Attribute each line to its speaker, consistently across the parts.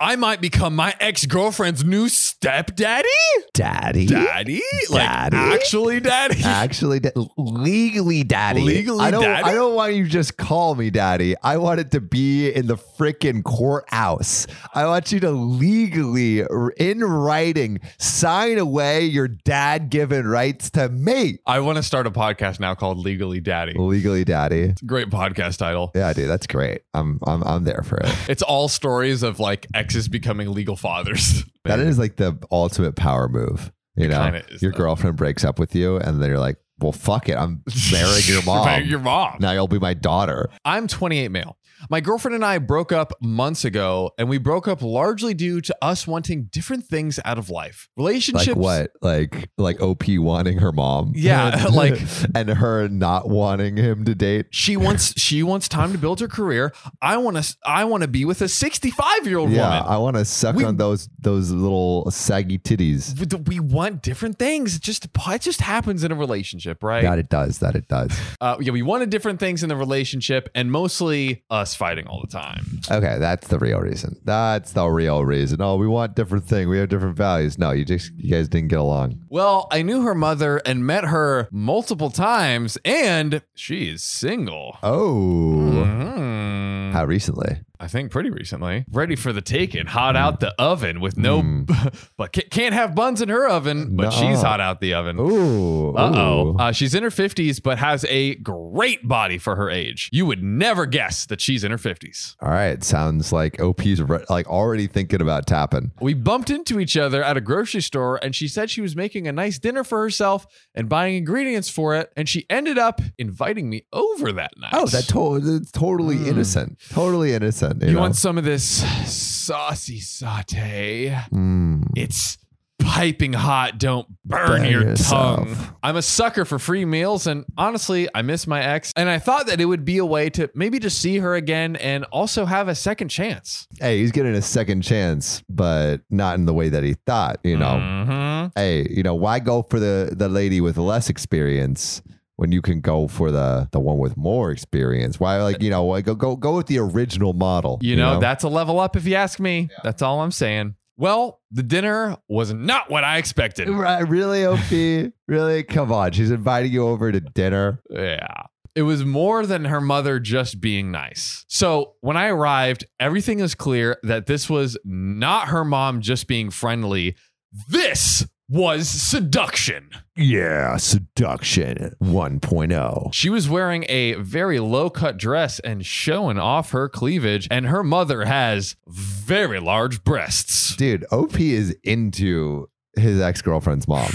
Speaker 1: I might become my ex girlfriend's new stepdaddy?
Speaker 2: Daddy.
Speaker 1: Daddy? Like,
Speaker 2: Daddy?
Speaker 1: actually, daddy?
Speaker 2: Actually, da- legally, daddy.
Speaker 1: Legally
Speaker 2: I don't.
Speaker 1: daddy?
Speaker 2: I don't want you to just call me daddy. I want it to be in the freaking courthouse. I want you to legally, r- in writing, sign away your dad given rights to me.
Speaker 1: I want to start a podcast now called Legally Daddy.
Speaker 2: Legally, daddy.
Speaker 1: Great podcast title.
Speaker 2: Yeah, dude, that's great. I'm, I'm, I'm there for it.
Speaker 1: It's all stories of like exes becoming legal fathers.
Speaker 2: That is like the ultimate power move. You
Speaker 1: It
Speaker 2: know,
Speaker 1: kinda is,
Speaker 2: your
Speaker 1: though.
Speaker 2: girlfriend breaks up with you, and then you're like, "Well, fuck it, I'm marrying your mom.
Speaker 1: Marrying your mom.
Speaker 2: now you'll be my daughter."
Speaker 1: I'm 28 male. My girlfriend and I broke up months ago, and we broke up largely due to us wanting different things out of life. Relationships.
Speaker 2: Like what? Like like OP wanting her mom.
Speaker 1: Yeah, like-
Speaker 2: and her not wanting him to date.
Speaker 1: She wants she wants time to build her career. I want to I want to be with a 65 year old
Speaker 2: Yeah,
Speaker 1: woman.
Speaker 2: I want to suck
Speaker 1: We-
Speaker 2: on those those little saggy titties.
Speaker 1: We- we want different things. It just it just happens in a relationship, right?
Speaker 2: That it does. That it does.
Speaker 1: Uh, yeah, we wanted different things in the relationship, and mostly us fighting all the time.
Speaker 2: Okay, that's the real reason. That's the real reason. Oh, we want different thing. We have different values. No, you just you guys didn't get along.
Speaker 1: Well, I knew her mother and met her multiple times, and she is single.
Speaker 2: Oh,
Speaker 1: Mm.
Speaker 2: how recently?
Speaker 1: I think pretty recently. Ready for the taking, hot
Speaker 2: Mm.
Speaker 1: out the oven with no, but ca- can't have buns in her oven, but
Speaker 2: Nuh-uh.
Speaker 1: she's hot out the oven.
Speaker 2: Ooh.
Speaker 1: Uh-oh.
Speaker 2: ooh.
Speaker 1: Uh She's in her 50s, but has a great body for her age. You would never guess that she's in her 50s.
Speaker 2: All right. Sounds like OP's re- like already thinking about tapping.
Speaker 1: We bumped into each other at a grocery store, and she said she was making a nice dinner for herself and buying ingredients for it. And she ended up inviting me over that night.
Speaker 2: Oh, that to- that's totally
Speaker 1: Mm.
Speaker 2: innocent. Totally innocent. You,
Speaker 1: You
Speaker 2: know?
Speaker 1: want some of this saucy saute?
Speaker 2: Mm.
Speaker 1: It's piping hot. Don't burn,
Speaker 2: Burn
Speaker 1: your
Speaker 2: yourself.
Speaker 1: tongue. I'm a sucker for free meals, and honestly, I miss my ex. And I thought that it would be a way to maybe just see her again and also have a second chance.
Speaker 2: Hey, he's getting a second chance, but not in the way that he thought. You know.
Speaker 1: Mhm.
Speaker 2: Hey, you know why go for the the lady with less experience? When you can go for the the one with more experience, why like you know like, go go go with the original model?
Speaker 1: You know, that's a level up if you ask me. That's all I'm saying. Well, the dinner was not what I expected.
Speaker 2: right? Really, Op? really? Come on, she's inviting you over to dinner.
Speaker 1: Yeah. It was more than her mother just being nice. So when I arrived, everything was clear that this was not her mom just being friendly. This was seduction.
Speaker 2: Yeah, seduction oh. 1.0.
Speaker 1: She was wearing a very low cut dress and showing off her cleavage, and her mother has very large breasts.
Speaker 2: Dude, OP is into his ex girlfriend's mom.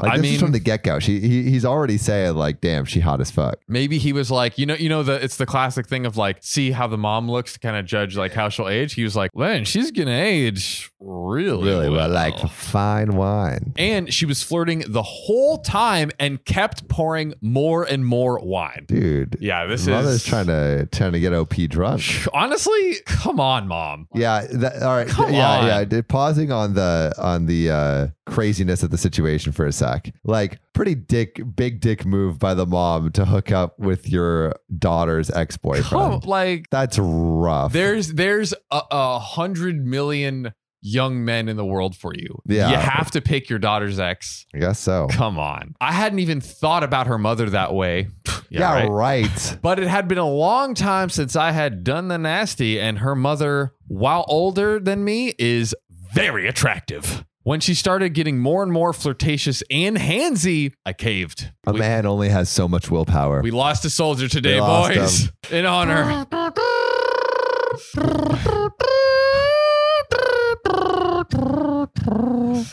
Speaker 2: Like,
Speaker 1: I
Speaker 2: this
Speaker 1: mean-
Speaker 2: is from the get go. She he, he's already saying like, "Damn, she hot as fuck."
Speaker 1: Maybe he was like, you know, you know, the it's the classic thing of like, see how the mom looks to kind of judge like how she'll age. He was like, man, she's gonna age really,
Speaker 2: Really,
Speaker 1: well.
Speaker 2: well, like fine wine.
Speaker 1: And she was flirting the whole time and kept pouring more and more wine.
Speaker 2: Dude,
Speaker 1: Yeah, this
Speaker 2: mother's
Speaker 1: is
Speaker 2: trying to trying to get OP drunk.
Speaker 1: Honestly, come on, mom.
Speaker 2: Yeah, that, all right.
Speaker 1: Come
Speaker 2: yeah,
Speaker 1: on.
Speaker 2: yeah. d- Pausing on the on the uh, craziness of the situation for a sec. Like pretty dick, big dick move by the mom to hook up with your daughter's ex
Speaker 1: Come,
Speaker 2: boyfriend.
Speaker 1: like
Speaker 2: That's rough.
Speaker 1: there's there's a, a hundred million young men in the world for you.
Speaker 2: Yeah. Oh.
Speaker 1: you have to pick your daughter's ex.
Speaker 2: I guess so.
Speaker 1: Come on, I hadn't even thought about her mother that way.
Speaker 2: Yeah,
Speaker 1: right.
Speaker 2: right.
Speaker 1: But it had been a long time since I had done the nasty, and her mother, while older than me, is very attractive. When she started getting more and more flirtatious and handsy, I caved.
Speaker 2: A
Speaker 1: We,
Speaker 2: man only has so much willpower.
Speaker 1: we lost a soldier today,
Speaker 2: We lost
Speaker 1: boys. In
Speaker 2: Ah.
Speaker 1: honor.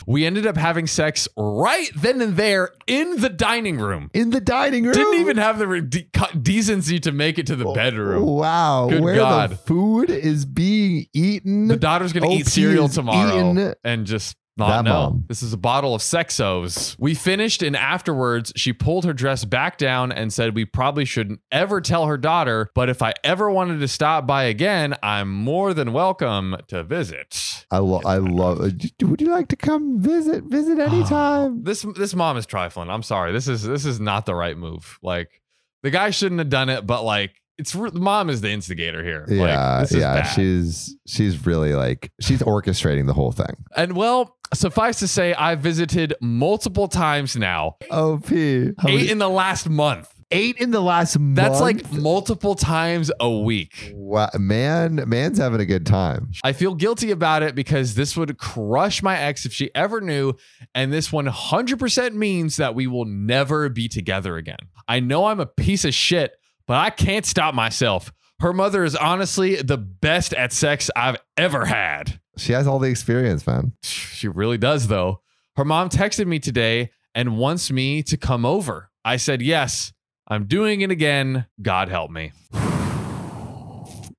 Speaker 1: We ended up having sex right then and there in the dining room.
Speaker 2: In the dining room.
Speaker 1: Didn't even have the re- de- decency to make it to
Speaker 2: Oh.
Speaker 1: the bedroom.
Speaker 2: Wow,
Speaker 1: Good
Speaker 2: where the
Speaker 1: God.
Speaker 2: food is being eaten.
Speaker 1: The daughter's gonna
Speaker 2: OP
Speaker 1: eat cereal
Speaker 2: is
Speaker 1: tomorrow
Speaker 2: eating-
Speaker 1: and just not
Speaker 2: That
Speaker 1: know.
Speaker 2: mom.
Speaker 1: This is a bottle of Sexos. We finished, and afterwards, she pulled her dress back down and said, "We probably shouldn't ever tell her daughter, but if I ever wanted to stop by again, I'm more than welcome to visit."
Speaker 2: I, lo- I love. uh, Would you like to come visit?
Speaker 1: Oh,
Speaker 2: Visit anytime.
Speaker 1: This this mom is trifling. I'm sorry. This is this is not the right move. Like the guy shouldn't have done it, but like it's re- mom is the instigator here. Like,
Speaker 2: yeah,
Speaker 1: this is
Speaker 2: yeah.
Speaker 1: bad.
Speaker 2: She's she's really like she's orchestrating the whole thing.
Speaker 1: and well, suffice to say, I visited multiple times now,
Speaker 2: Op, How
Speaker 1: eight
Speaker 2: many-
Speaker 1: in the last month.
Speaker 2: eight in the last month.
Speaker 1: That's like multiple times a week.
Speaker 2: Wow, man, man's having a good time.
Speaker 1: I feel guilty about it because this would crush my ex if she ever knew. And this 100% means that we will never be together again. I know I'm a piece of shit, but I can't stop myself. Her mother is honestly the best at sex I've ever had.
Speaker 2: She has all the experience, man.
Speaker 1: She really does, though. Her mom texted me today and wants me to come over. I said, Yes, I'm doing it again. God help me.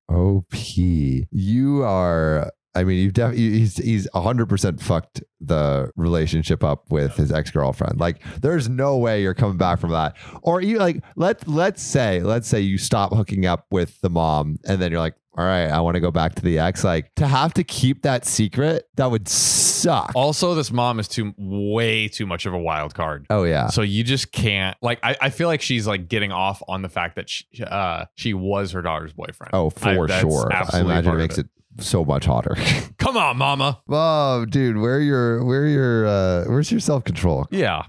Speaker 2: Op, you are. I mean, you've definitely he's he's hundred percent fucked the relationship up with his ex girlfriend. Like, there's no way you're coming back from that. Or you like let let's say let's say you stop hooking up with the mom, and then you're like, all right, I want to go back to the ex. Like to have to keep that secret, that would suck.
Speaker 1: Also, this mom is too way too much of a wild card.
Speaker 2: Oh yeah,
Speaker 1: So you just can't like I, I feel like she's like getting off on the fact that she uh she was her daughter's boyfriend.
Speaker 2: Oh,
Speaker 1: I-
Speaker 2: for
Speaker 1: that's
Speaker 2: sure. I
Speaker 1: absolutely
Speaker 2: imagine
Speaker 1: part
Speaker 2: it
Speaker 1: of
Speaker 2: makes it. so much hotter. Oh,
Speaker 1: Come on, mama.
Speaker 2: Bob, dude, where your where your uh where's your self control?
Speaker 1: Yeah.